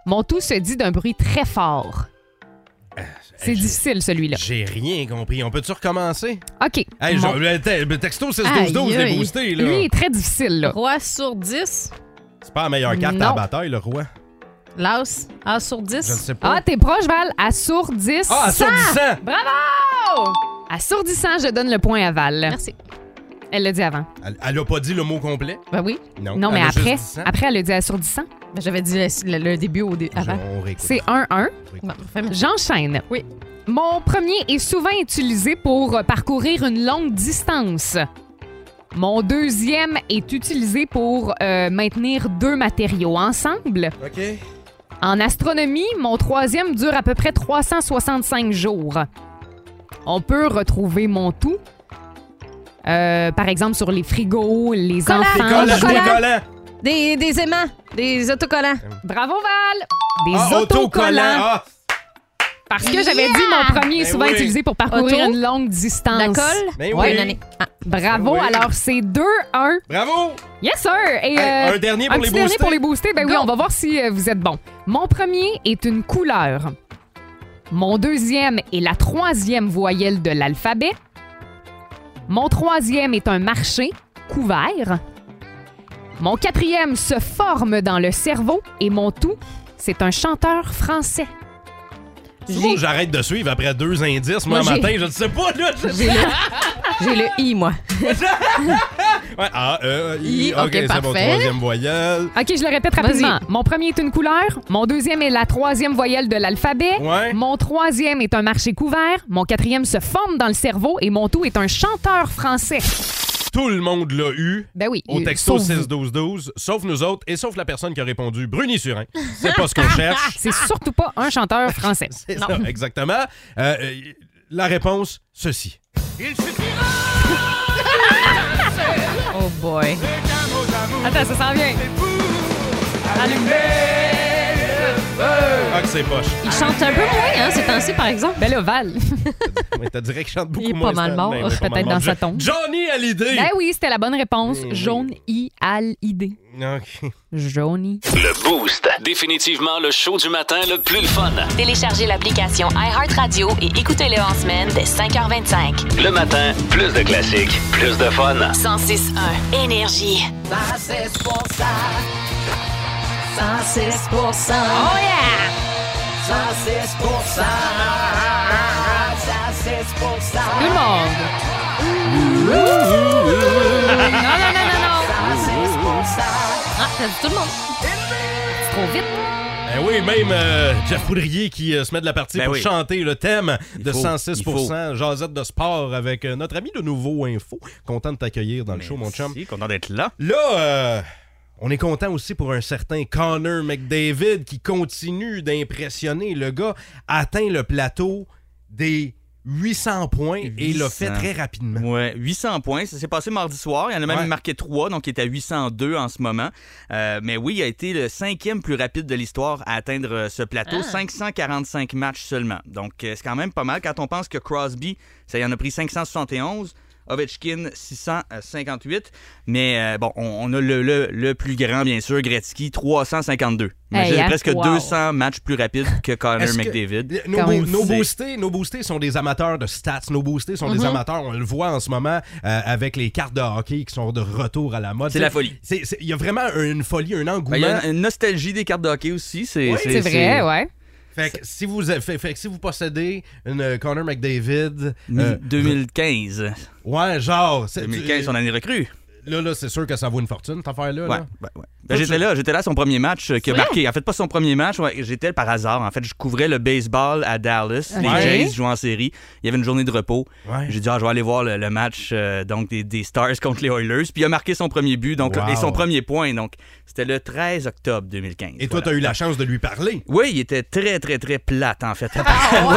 [SPEAKER 5] Mon tout se dit d'un bruit très fort. C'est
[SPEAKER 4] Hey, j'ai-
[SPEAKER 5] difficile, celui-là.
[SPEAKER 4] J'ai rien compris. On peut-tu recommencer?
[SPEAKER 5] OK.
[SPEAKER 4] Hey,
[SPEAKER 5] Mon-
[SPEAKER 4] je- le, te- le texto 6-12-12
[SPEAKER 6] Aïe, aïe.
[SPEAKER 4] est boosté, là. Oh.
[SPEAKER 5] Lui est très difficile, là.
[SPEAKER 6] Roi sur 10.
[SPEAKER 4] C'est pas la meilleure carte à la
[SPEAKER 5] Non.
[SPEAKER 4] bataille, le roi.
[SPEAKER 6] Laos, A sur
[SPEAKER 4] Je ne
[SPEAKER 6] 10.
[SPEAKER 4] sais
[SPEAKER 5] Ah,
[SPEAKER 4] pas.
[SPEAKER 5] t'es proche, Val. Assourdissant.
[SPEAKER 4] Ah, assourdissant!
[SPEAKER 5] Bravo! Assourdissant, je donne le point à Val.
[SPEAKER 6] Merci.
[SPEAKER 5] Elle l'a dit avant.
[SPEAKER 4] Elle, elle a pas dit le mot complet?
[SPEAKER 6] Ben oui.
[SPEAKER 4] Non.
[SPEAKER 5] Non, mais
[SPEAKER 4] elle a
[SPEAKER 5] après,
[SPEAKER 4] juste dit ça.
[SPEAKER 5] après, elle a dit assourdissant.
[SPEAKER 6] Ben, J'avais dit le, le début au dé-
[SPEAKER 4] Je-
[SPEAKER 6] avant.
[SPEAKER 4] on réécoute.
[SPEAKER 5] C'est 1-1.
[SPEAKER 6] Bon, fais-
[SPEAKER 5] J'enchaîne.
[SPEAKER 6] Mhm. Oui.
[SPEAKER 5] Mon premier est souvent utilisé pour euh, parcourir une longue distance. Mon deuxième est utilisé pour euh, maintenir deux matériaux ensemble.
[SPEAKER 4] OK.
[SPEAKER 5] En astronomie, mon troisième dure à peu près 365 jours. On peut retrouver mon tout, euh, par exemple sur les frigos, les
[SPEAKER 6] Collant.
[SPEAKER 5] enfants.
[SPEAKER 4] Décollant,
[SPEAKER 6] Collant.
[SPEAKER 4] décollant.
[SPEAKER 6] Des, des aimants, des autocollants.
[SPEAKER 5] Bravo Val! Des
[SPEAKER 4] Ah, autocollant.
[SPEAKER 5] autocollants.
[SPEAKER 4] Ah,
[SPEAKER 5] Parce que j'avais
[SPEAKER 6] Yeah!
[SPEAKER 5] dit mon premier est
[SPEAKER 4] Ben
[SPEAKER 5] souvent
[SPEAKER 4] oui.
[SPEAKER 5] utilisé pour parcourir
[SPEAKER 6] Auto.
[SPEAKER 5] une longue distance.
[SPEAKER 6] La colle.
[SPEAKER 4] Ben
[SPEAKER 5] Ouais.
[SPEAKER 4] oui.
[SPEAKER 6] Une année. Ah,
[SPEAKER 5] Bravo,
[SPEAKER 4] Ben oui.
[SPEAKER 5] alors c'est 2-1.
[SPEAKER 4] Bravo!
[SPEAKER 5] Yes sir! Et,
[SPEAKER 4] Hey,
[SPEAKER 5] euh,
[SPEAKER 4] un dernier pour
[SPEAKER 5] un
[SPEAKER 4] les
[SPEAKER 5] petit dernier
[SPEAKER 4] boostés.
[SPEAKER 5] pour les booster. Ben oui, on va voir si euh, vous êtes bon. Mon premier est une couleur. Mon deuxième est la troisième voyelle de l'alphabet. Mon troisième est un marché couvert. Mon quatrième se forme dans le cerveau. Et mon tout, c'est un chanteur français.
[SPEAKER 4] C'est bon, j'arrête de suivre après deux indices. Moi,
[SPEAKER 6] Moi,
[SPEAKER 4] un
[SPEAKER 6] j'ai-
[SPEAKER 4] matin, je ne sais pas. Là, je-
[SPEAKER 6] J'ai le... j'ai le I, moi.
[SPEAKER 4] (laughs) Ouais, ah, euh,
[SPEAKER 6] I,
[SPEAKER 4] I,
[SPEAKER 6] ok,
[SPEAKER 4] ok, c'est mon
[SPEAKER 6] parfait.
[SPEAKER 4] troisième voyelle.
[SPEAKER 5] OK, je le répète rapidement. Mon premier est une couleur. Mon deuxième est la troisième voyelle de l'alphabet.
[SPEAKER 4] Ouais.
[SPEAKER 5] Mon troisième est un marché couvert. Mon quatrième se forme dans le cerveau. Et mon tout est un chanteur français.
[SPEAKER 4] Tout le monde l'a eu.
[SPEAKER 5] Ben oui.
[SPEAKER 4] Au
[SPEAKER 5] euh,
[SPEAKER 4] texto
[SPEAKER 5] sauf vous.
[SPEAKER 4] 6-12-12, sauf nous autres et sauf la personne qui a répondu Bruni Surin. C'est pas ce
[SPEAKER 6] (laughs) Ah,
[SPEAKER 4] qu'on cherche.
[SPEAKER 5] C'est surtout pas un chanteur français.
[SPEAKER 4] C'est ça, exactement. Euh, euh, la réponse, ceci.
[SPEAKER 6] Oh boy.
[SPEAKER 5] Attends, ça s'en vient.
[SPEAKER 4] Ah, que c'est poche.
[SPEAKER 6] Il chante un peu moins, hein, ces temps-ci, par exemple.
[SPEAKER 5] Ben là,
[SPEAKER 4] (laughs)
[SPEAKER 5] Val.
[SPEAKER 4] Ouais, T'as dirait qu'il chante beaucoup
[SPEAKER 6] est pas
[SPEAKER 4] moins,
[SPEAKER 6] mal
[SPEAKER 4] Stan.
[SPEAKER 6] mort,
[SPEAKER 4] Ben, il est pas
[SPEAKER 5] peut-être
[SPEAKER 4] mal mort.
[SPEAKER 5] dans sa
[SPEAKER 4] Jo-
[SPEAKER 5] tombe.
[SPEAKER 4] Johnny Hallyday!
[SPEAKER 5] Ben oui, c'était la bonne réponse.
[SPEAKER 4] Eh oui.
[SPEAKER 5] Jaune I al idée.
[SPEAKER 4] OK.
[SPEAKER 5] Johnny.
[SPEAKER 2] Le Boost. Définitivement le show du matin le plus le fun.
[SPEAKER 1] Téléchargez l'application iHeartRadio et écoutez-le en semaine dès 5h25.
[SPEAKER 2] Le matin, plus de classiques, plus de fun.
[SPEAKER 1] 106.1 Énergie.
[SPEAKER 5] Tout le monde. non, non, non, non,
[SPEAKER 6] Ah, t'as dit tout le monde.
[SPEAKER 5] non. Trop vite.
[SPEAKER 4] Ben oui, même euh, Jeff Poudrier qui euh, se met de la partie
[SPEAKER 12] Ben
[SPEAKER 4] pour
[SPEAKER 12] oui.
[SPEAKER 4] chanter le thème de
[SPEAKER 12] faut,
[SPEAKER 4] 106
[SPEAKER 12] il faut.
[SPEAKER 4] Jazette de sport avec euh, notre ami de Nouveau Info. Content de t'accueillir dans le show, mon chum.
[SPEAKER 12] Merci, content d'être là.
[SPEAKER 4] Là, euh, on est content aussi pour un certain Connor McDavid qui continue d'impressionner. Le gars atteint le plateau des 800 points et le fait
[SPEAKER 12] 800.
[SPEAKER 4] très rapidement.
[SPEAKER 12] Ouais, 800 points. Ça s'est passé mardi soir. Il y en a même
[SPEAKER 4] Ouais.
[SPEAKER 12] marqué 3, donc il est à 802 en ce moment. Euh, mais oui, il a été le cinquième plus rapide de l'histoire à atteindre euh, ce plateau. 545 matchs seulement. Donc euh, c'est quand même pas mal. Quand on pense que Crosby, ça y en a pris 571. Ovechkin 658. Mais euh, bon, on, on a le, le- le plus grand, bien sûr, Gretzky, 352. Imagine
[SPEAKER 5] Hey, hein?
[SPEAKER 12] presque
[SPEAKER 5] Wow.
[SPEAKER 12] 200 matchs plus rapides que Connor
[SPEAKER 4] Est-ce que-
[SPEAKER 12] McDavid.
[SPEAKER 4] Le- Nos,
[SPEAKER 5] Quand
[SPEAKER 4] boo-
[SPEAKER 5] même.
[SPEAKER 4] nos
[SPEAKER 12] C'est-
[SPEAKER 4] boostés, nos boostés sont des amateurs de stats. Nos boostés sont
[SPEAKER 5] Mm-hmm.
[SPEAKER 4] des amateurs. On le voit en ce moment euh, avec les cartes de hockey qui sont de retour à la mode.
[SPEAKER 12] C'est la folie.
[SPEAKER 4] C'est- c'est- Il y a vraiment une folie, un
[SPEAKER 12] Ben,
[SPEAKER 4] engouement.
[SPEAKER 12] Il y a une, une nostalgie des cartes de hockey aussi. C'est
[SPEAKER 5] C'est vrai, ouais.
[SPEAKER 4] Fait que si vous, fait- fait que si vous possédez une euh, Connor McDavid, euh,
[SPEAKER 12] 2015.
[SPEAKER 4] ouais, genre, c'est-
[SPEAKER 12] 2015,
[SPEAKER 4] tu-
[SPEAKER 12] on a une recrue.
[SPEAKER 4] là, là, c'est sûr que ça vaut une fortune cette affaire-là.
[SPEAKER 12] Ouais,
[SPEAKER 4] là.
[SPEAKER 12] ouais, ouais. Ben, j'étais là, j'étais là à son premier match euh, qui a marqué. En fait, pas son premier match, ouais, j'étais par hasard. En fait, je couvrais le baseball à Dallas.
[SPEAKER 5] Ok.
[SPEAKER 12] Les Jays jouaient en série. Il y avait une journée de repos.
[SPEAKER 4] Ouais.
[SPEAKER 12] J'ai dit, ah, je vais aller voir le, le match euh, donc des, des Stars contre les Oilers. Puis il a marqué son premier but donc,
[SPEAKER 4] Wow.
[SPEAKER 12] et son premier point. Donc, c'était le 13 octobre 2015.
[SPEAKER 4] Et toi,
[SPEAKER 12] Voilà.
[SPEAKER 4] t'as eu la chance de lui parler.
[SPEAKER 12] Oui, il était très, très, très plate, en fait. ouais, non,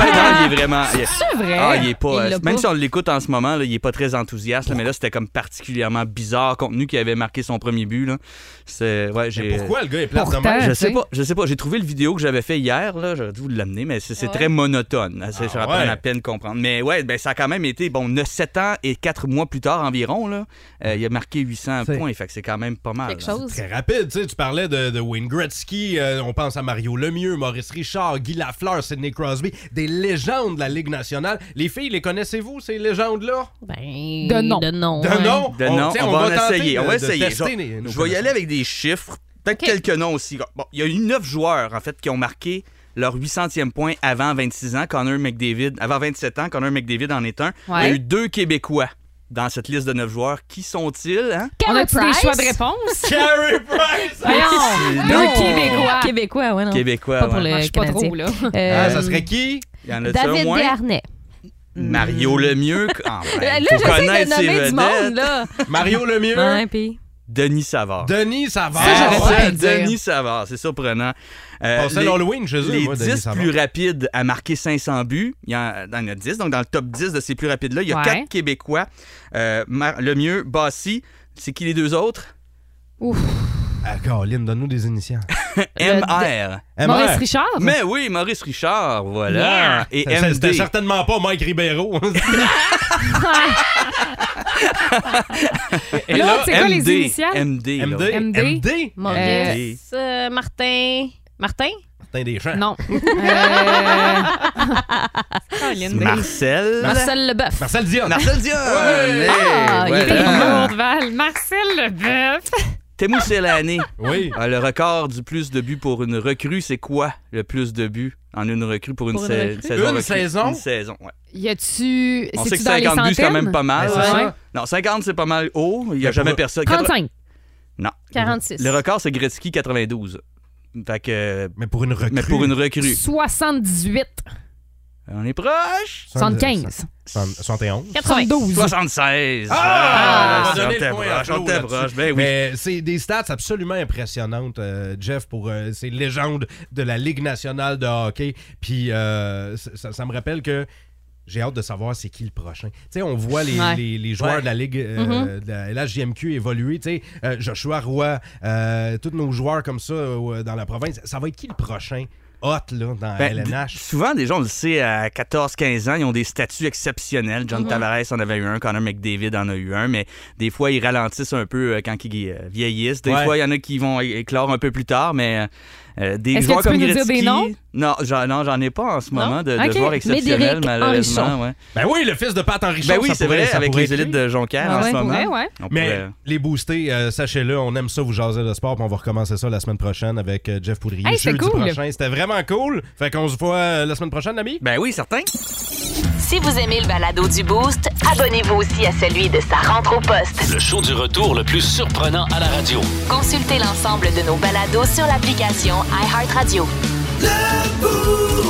[SPEAKER 12] il est vraiment. il est-
[SPEAKER 5] C'est Ah, vrai.
[SPEAKER 12] Ah, il est pas.
[SPEAKER 6] Il l'a
[SPEAKER 12] euh, même
[SPEAKER 6] pas.
[SPEAKER 12] si on l'écoute en ce moment, là, il est pas très enthousiaste, là, mais là, c'était comme particulièrement bizarre, compte tenu qu'il avait marqué son premier but. Là. C'est, ouais,
[SPEAKER 4] Mais
[SPEAKER 12] j'ai,
[SPEAKER 4] pourquoi le gars est plate de
[SPEAKER 5] Pourtant-
[SPEAKER 4] même?
[SPEAKER 12] je
[SPEAKER 5] tu sais.
[SPEAKER 12] sais pas, je sais pas. J'ai trouvé le vidéo que j'avais fait hier, là, j'aurais dû vous l'amener, mais c'est, c'est très monotone. C'est, ça
[SPEAKER 4] Ah
[SPEAKER 12] va prendre
[SPEAKER 4] ouais.
[SPEAKER 12] à peine comprendre. Mais ouais, ben, ça a quand même été, bon, 9, 7 ans et 4 mois plus tard environ, là, euh, il a marqué 800
[SPEAKER 4] C'est-
[SPEAKER 12] points, fait que c'est quand même pas mal.
[SPEAKER 6] Quelque
[SPEAKER 12] là.
[SPEAKER 6] chose.
[SPEAKER 4] Très rapide, tu sais, tu parlais de, de Wayne Gretzky, euh, on pense à Mario Lemieux, Maurice Richard, Guy Lafleur, Sidney Crosby, des légendes de la Ligue nationale. Les filles, les connaissez-vous, ces légendes-là?
[SPEAKER 6] Ben,
[SPEAKER 5] De nom.
[SPEAKER 6] De nom.
[SPEAKER 4] De
[SPEAKER 6] ouais.
[SPEAKER 4] nom?
[SPEAKER 12] De non,
[SPEAKER 4] tu sais,
[SPEAKER 12] on, va, en
[SPEAKER 4] tenter
[SPEAKER 12] essayer.
[SPEAKER 4] de-
[SPEAKER 12] on va
[SPEAKER 4] de
[SPEAKER 12] essayer.
[SPEAKER 4] tester
[SPEAKER 12] je
[SPEAKER 4] les- nos
[SPEAKER 12] je vais y aller avec des chiffres, peut-être quelques noms aussi. Bon, il y a eu neuf joueurs, en fait, qui ont marqué leur 800e point avant 26 ans. Connor McDavid, avant 27 ans, Connor McDavid en est un. Il y a
[SPEAKER 5] Ouais.
[SPEAKER 12] eu deux Québécois dans cette liste de neuf joueurs. Qui sont-ils? hein?
[SPEAKER 5] On a-tu des
[SPEAKER 6] Price?
[SPEAKER 5] choix de réponse?
[SPEAKER 4] Carey Price!
[SPEAKER 5] Voyons.
[SPEAKER 12] Non.
[SPEAKER 5] Deux Québécois.
[SPEAKER 6] Québécois, ouais, non. Ah,
[SPEAKER 12] Québécois.
[SPEAKER 6] Pas pour
[SPEAKER 12] ouais.
[SPEAKER 6] le
[SPEAKER 5] Marche pas
[SPEAKER 6] Euh, Canadien.
[SPEAKER 5] trop, là.
[SPEAKER 6] Euh,
[SPEAKER 4] Ah, ça serait qui?
[SPEAKER 12] Il y en a
[SPEAKER 6] David
[SPEAKER 12] au moins.
[SPEAKER 6] Desharnais.
[SPEAKER 4] Hmm.
[SPEAKER 12] Mario Lemieux.
[SPEAKER 4] (laughs)
[SPEAKER 12] Ah, ben,
[SPEAKER 6] Là,
[SPEAKER 12] faut
[SPEAKER 6] j'essaie de
[SPEAKER 12] connaître ses
[SPEAKER 6] nommer du
[SPEAKER 12] vedettes.
[SPEAKER 6] monde, là.
[SPEAKER 4] Mario Lemieux?
[SPEAKER 6] Ouais, puis...
[SPEAKER 12] Denis Savard.
[SPEAKER 4] Denis Savard?
[SPEAKER 5] Ça, j'aurais
[SPEAKER 12] Ah,
[SPEAKER 5] pu
[SPEAKER 12] ouais,
[SPEAKER 5] le dire.
[SPEAKER 12] Denis Savard, c'est surprenant. Euh,
[SPEAKER 4] Passait
[SPEAKER 12] les-
[SPEAKER 4] l'Halloween chez eux,
[SPEAKER 12] les
[SPEAKER 4] moi, Denis
[SPEAKER 12] 10
[SPEAKER 4] Savard.
[SPEAKER 12] plus rapides à marquer 500 buts, il y en, il y en a 10, donc dans le top 10 de ces plus rapides-là, il y a
[SPEAKER 5] Ouais.
[SPEAKER 12] 4 Québécois. Euh, Mar- le mieux, Bassi. C'est qui les deux autres?
[SPEAKER 4] Ah, Caroline, donne-nous des initiales.
[SPEAKER 12] MR.
[SPEAKER 5] Maurice
[SPEAKER 4] MR.
[SPEAKER 5] Richard?
[SPEAKER 12] Mais Eh oui, Maurice Richard, voilà. Et
[SPEAKER 4] C'est- C'était
[SPEAKER 12] MD.
[SPEAKER 4] certainement pas Mike Ribeiro.
[SPEAKER 12] Et
[SPEAKER 5] L'autre,
[SPEAKER 12] là,
[SPEAKER 5] c'est quoi les
[SPEAKER 12] MD,
[SPEAKER 5] initiales?
[SPEAKER 12] MD. là.
[SPEAKER 4] MD.
[SPEAKER 5] MD.
[SPEAKER 4] MD.
[SPEAKER 12] MD.
[SPEAKER 6] Maurice, euh, Martin... Martin?
[SPEAKER 4] Martin Deschamps.
[SPEAKER 5] Non. Euh,
[SPEAKER 12] Marcel.
[SPEAKER 6] (laughs) Marcel Leboeuf.
[SPEAKER 4] Marcel Dion.
[SPEAKER 12] Marcel Dion.
[SPEAKER 4] Ouais.
[SPEAKER 5] Ah, il
[SPEAKER 12] Voilà.
[SPEAKER 5] était lourd, Val. Marcel Leboeuf.
[SPEAKER 12] Temu Selani.
[SPEAKER 4] Oui.
[SPEAKER 12] Ah, le record du plus de buts pour une recrue, c'est quoi le plus de buts en une recrue pour une,
[SPEAKER 6] Pour une
[SPEAKER 12] sa-
[SPEAKER 6] recrue?
[SPEAKER 12] saison?
[SPEAKER 4] Une
[SPEAKER 12] recrue?
[SPEAKER 4] saison?
[SPEAKER 12] Une saison, ouais.
[SPEAKER 5] Y a-tu.
[SPEAKER 12] On sait que
[SPEAKER 5] C'est-tu dans les
[SPEAKER 12] 50 buts, c'est quand
[SPEAKER 5] centaines?
[SPEAKER 12] même pas mal.
[SPEAKER 4] Ben, c'est ça.
[SPEAKER 12] Non, 50, c'est pas mal haut. Il n'y a
[SPEAKER 4] Mais
[SPEAKER 12] jamais
[SPEAKER 4] pour-
[SPEAKER 12] personne.
[SPEAKER 5] 35.
[SPEAKER 12] Non.
[SPEAKER 6] 46.
[SPEAKER 12] Le record, c'est Gretzky 92. Fait que. euh,
[SPEAKER 4] Mais pour une recrue.
[SPEAKER 12] Mais pour une recrue.
[SPEAKER 5] 78.
[SPEAKER 12] On est proche.
[SPEAKER 5] 75.
[SPEAKER 4] 71.
[SPEAKER 5] 92.
[SPEAKER 12] 76.
[SPEAKER 4] Ah! On va
[SPEAKER 12] on
[SPEAKER 4] donner
[SPEAKER 12] était
[SPEAKER 4] le point à
[SPEAKER 12] proche, on
[SPEAKER 4] Flo
[SPEAKER 12] était
[SPEAKER 4] là-dessus.
[SPEAKER 12] proche. Ben oui.
[SPEAKER 4] Mais c'est des stats absolument impressionnantes, euh, Jeff, pour euh, ces légendes de la Ligue nationale de hockey. Puis euh, ça, ça- ça me rappelle que j'ai hâte de savoir c'est qui le prochain. Tu sais, on voit les,
[SPEAKER 5] Ouais.
[SPEAKER 4] les- les joueurs
[SPEAKER 12] Ouais.
[SPEAKER 4] de la Ligue, euh, de la LHJMQ évoluer. Tu sais, euh, Joshua Roy, euh, tous nos joueurs comme ça euh, dans la province. Ça va être qui le prochain hot là, dans
[SPEAKER 12] Ben, d-
[SPEAKER 4] LNH?
[SPEAKER 12] Souvent, des gens, on le sait, à 14-15 ans, ils ont des statuts exceptionnels.
[SPEAKER 5] Mhm.
[SPEAKER 12] John Tavares en avait eu un, Connor McDavid en a eu un, mais des fois, ils ralentissent un peu euh, quand ils euh, vieillissent. Des
[SPEAKER 4] Ouais.
[SPEAKER 12] fois, il y en a qui vont é- éclore un peu plus tard, mais euh, des
[SPEAKER 5] Est-ce que
[SPEAKER 12] joueurs
[SPEAKER 5] tu peux
[SPEAKER 12] comme
[SPEAKER 5] nous dire
[SPEAKER 12] Gretzky...
[SPEAKER 5] des noms?
[SPEAKER 12] Non, j'en, non, j'en ai pas en ce
[SPEAKER 6] Non?
[SPEAKER 12] moment de, de
[SPEAKER 5] Ok.
[SPEAKER 12] joueurs exceptionnels,
[SPEAKER 6] Médéric
[SPEAKER 12] malheureusement.
[SPEAKER 6] Henrichon.
[SPEAKER 12] ouais.
[SPEAKER 4] Ben oui, le fils de Pat Henrichon.
[SPEAKER 12] Ben oui,
[SPEAKER 4] ça
[SPEAKER 12] c'est
[SPEAKER 4] pourrait-
[SPEAKER 12] vrai,
[SPEAKER 4] ça
[SPEAKER 12] avec
[SPEAKER 4] pourrait
[SPEAKER 12] les
[SPEAKER 4] être
[SPEAKER 12] élites
[SPEAKER 4] lui.
[SPEAKER 12] de Jonquière
[SPEAKER 5] Ah
[SPEAKER 12] en
[SPEAKER 5] ouais,
[SPEAKER 12] ce
[SPEAKER 5] pour
[SPEAKER 12] moment.
[SPEAKER 5] vrai, ouais.
[SPEAKER 12] On
[SPEAKER 4] Mais
[SPEAKER 12] pourrait-
[SPEAKER 4] les boostés, euh, sachez-le, on aime ça vous jaser de sport, puis on va recommencer ça la semaine prochaine avec euh, Jeff Poudrier
[SPEAKER 5] Hey,
[SPEAKER 4] jeudi
[SPEAKER 5] c'était cool.
[SPEAKER 4] prochain. C'était vraiment cool. Fait qu'on se voit euh, la semaine prochaine, l'ami.
[SPEAKER 12] Ben oui, certain.
[SPEAKER 1] Si vous aimez le balado du Boost, abonnez-vous aussi à celui de sa rentre au poste.
[SPEAKER 2] Le show du retour le plus surprenant à la radio.
[SPEAKER 1] Consultez l'ensemble de nos balados sur l'application iHeartRadio.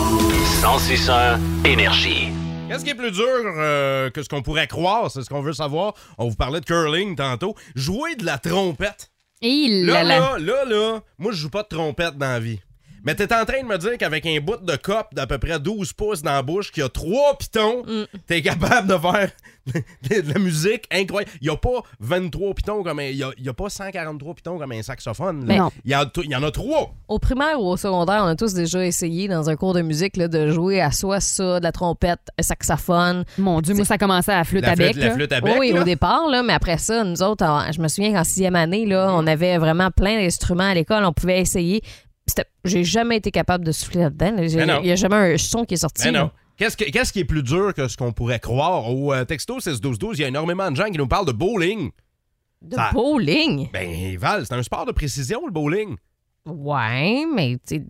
[SPEAKER 2] 1061 Énergie.
[SPEAKER 4] Qu'est-ce qui est plus dur euh, que ce qu'on pourrait croire? C'est ce qu'on veut savoir. On vous parlait de curling tantôt. Jouer de la trompette.
[SPEAKER 5] Il
[SPEAKER 4] Là,
[SPEAKER 5] là,
[SPEAKER 4] là, là, là, moi, je joue pas de trompette dans la vie. Mais t'es en train de me dire qu'avec un bout de cop d'à peu près 12 pouces dans la bouche, qui a trois pitons, t'es capable de faire de la musique incroyable. Il y a pas 23 pitons comme un... Il y a, il y a pas 143 pitons comme un saxophone. là.
[SPEAKER 5] Mais non.
[SPEAKER 4] Il y, en a t- il y en a trois.
[SPEAKER 6] Au primaire ou au secondaire, on a tous déjà essayé dans un cours de musique là, de jouer à soi ça, de la trompette, un saxophone.
[SPEAKER 5] Mon Dieu, moi, ça commençait à la flûte
[SPEAKER 4] La
[SPEAKER 5] à
[SPEAKER 4] flûte,
[SPEAKER 5] bec.
[SPEAKER 4] la
[SPEAKER 5] là.
[SPEAKER 4] flûte à bec,
[SPEAKER 6] Oui,
[SPEAKER 4] là. Ben
[SPEAKER 6] au départ, là, mais après ça, nous autres, en- je me souviens qu'en sixième année, là,
[SPEAKER 4] Mm-hmm.
[SPEAKER 6] on avait vraiment plein d'instruments à l'école, on pouvait essayer. C'était- J'ai jamais été capable de souffler là-dedans. là. J'ai-
[SPEAKER 4] Mais non.
[SPEAKER 6] Il n'y a jamais un son qui est sorti.
[SPEAKER 4] Mais non.
[SPEAKER 6] là.
[SPEAKER 4] Qu'est-ce, que- qu'est-ce qui est plus dur que ce qu'on pourrait croire? Au euh, texto 16-12-12, il y a énormément de gens qui nous parlent de bowling.
[SPEAKER 6] De
[SPEAKER 4] Ça-
[SPEAKER 6] bowling.
[SPEAKER 4] Ben, Val, c'est un sport de précision, le bowling.
[SPEAKER 6] Ouais, mais tu sais,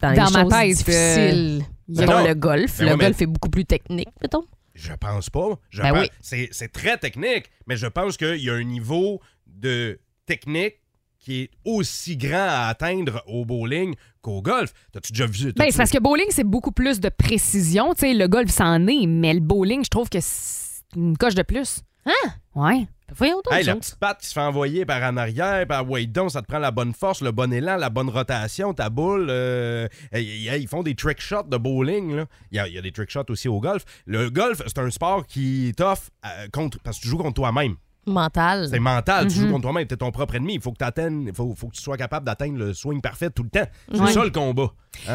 [SPEAKER 6] dans,
[SPEAKER 5] Dans
[SPEAKER 6] les
[SPEAKER 5] ma
[SPEAKER 6] choses
[SPEAKER 5] tête,
[SPEAKER 6] difficiles, il y
[SPEAKER 4] Mais
[SPEAKER 6] a
[SPEAKER 4] non.
[SPEAKER 6] le golf.
[SPEAKER 4] Ben
[SPEAKER 6] le
[SPEAKER 4] ouais, mais-
[SPEAKER 6] golf est beaucoup plus technique, mettons.
[SPEAKER 4] Je pense pas. Je
[SPEAKER 6] Ben
[SPEAKER 4] pense-
[SPEAKER 6] oui.
[SPEAKER 4] c'est, c'est très technique, mais je pense qu'il y a un niveau de technique qui est aussi grand à atteindre au bowling qu'au golf. T'as-tu déjà vu?
[SPEAKER 5] Ben,
[SPEAKER 4] t'as-tu-
[SPEAKER 5] c'est parce que bowling, c'est beaucoup plus de précision. Tu sais, le golf, c'en est, mais le bowling, je trouve que c'est une coche de plus. Hein? Ouais.
[SPEAKER 6] Voyons donc.
[SPEAKER 4] Hey,
[SPEAKER 6] nous
[SPEAKER 4] la
[SPEAKER 6] autres.
[SPEAKER 4] petite patte qui se fait envoyer par en arrière, par wait donc, ça te prend la bonne force, le bon élan, la bonne rotation, ta boule. euh, hey, hey, hey, ils font des trick shots de bowling. là. Il y, a, il y a des trick shots aussi au golf. Le golf, c'est un sport qui t'offre euh, contre parce que tu joues contre toi-même.
[SPEAKER 6] Mental.
[SPEAKER 4] C'est mental,
[SPEAKER 5] Mhm.
[SPEAKER 4] tu joues contre toi-même, t'es ton propre ennemi. Il faut que, t'atteignes- il faut, faut que tu sois capable d'atteindre le swing parfait tout le temps. C'est
[SPEAKER 5] Ouais.
[SPEAKER 4] ça le combat.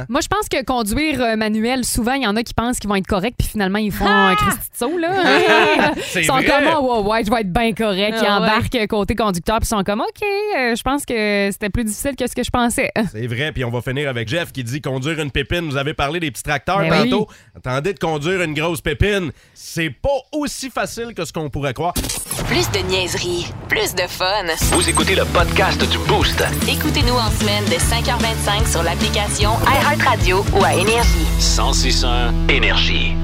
[SPEAKER 5] Moi, je pense que conduire euh, manuel, souvent, il y en a qui pensent qu'ils vont être corrects, puis finalement, ils font un Christy de saut, là.
[SPEAKER 4] C'est
[SPEAKER 5] Ils sont
[SPEAKER 4] vrai.
[SPEAKER 5] comme, oh, ouais, ouais, je vais être bien correct. Ils
[SPEAKER 6] Ah, ouais.
[SPEAKER 5] embarquent euh, côté conducteur, puis ils sont comme, OK, euh, je pense que c'était plus difficile que ce que je pensais.
[SPEAKER 4] C'est vrai, puis on va finir avec Jeff qui dit conduire une pépine. Vous avez parlé des petits tracteurs
[SPEAKER 5] Ben
[SPEAKER 4] tantôt. Attendez de conduire une grosse pépine. C'est pas aussi facile que ce qu'on pourrait croire.
[SPEAKER 1] Plus de niaiserie, plus de fun.
[SPEAKER 2] Vous écoutez le podcast du Boost.
[SPEAKER 1] Écoutez-nous en semaine de 5h25 sur l'application iHeartRadio ou à Énergie.
[SPEAKER 2] 1061 Énergie.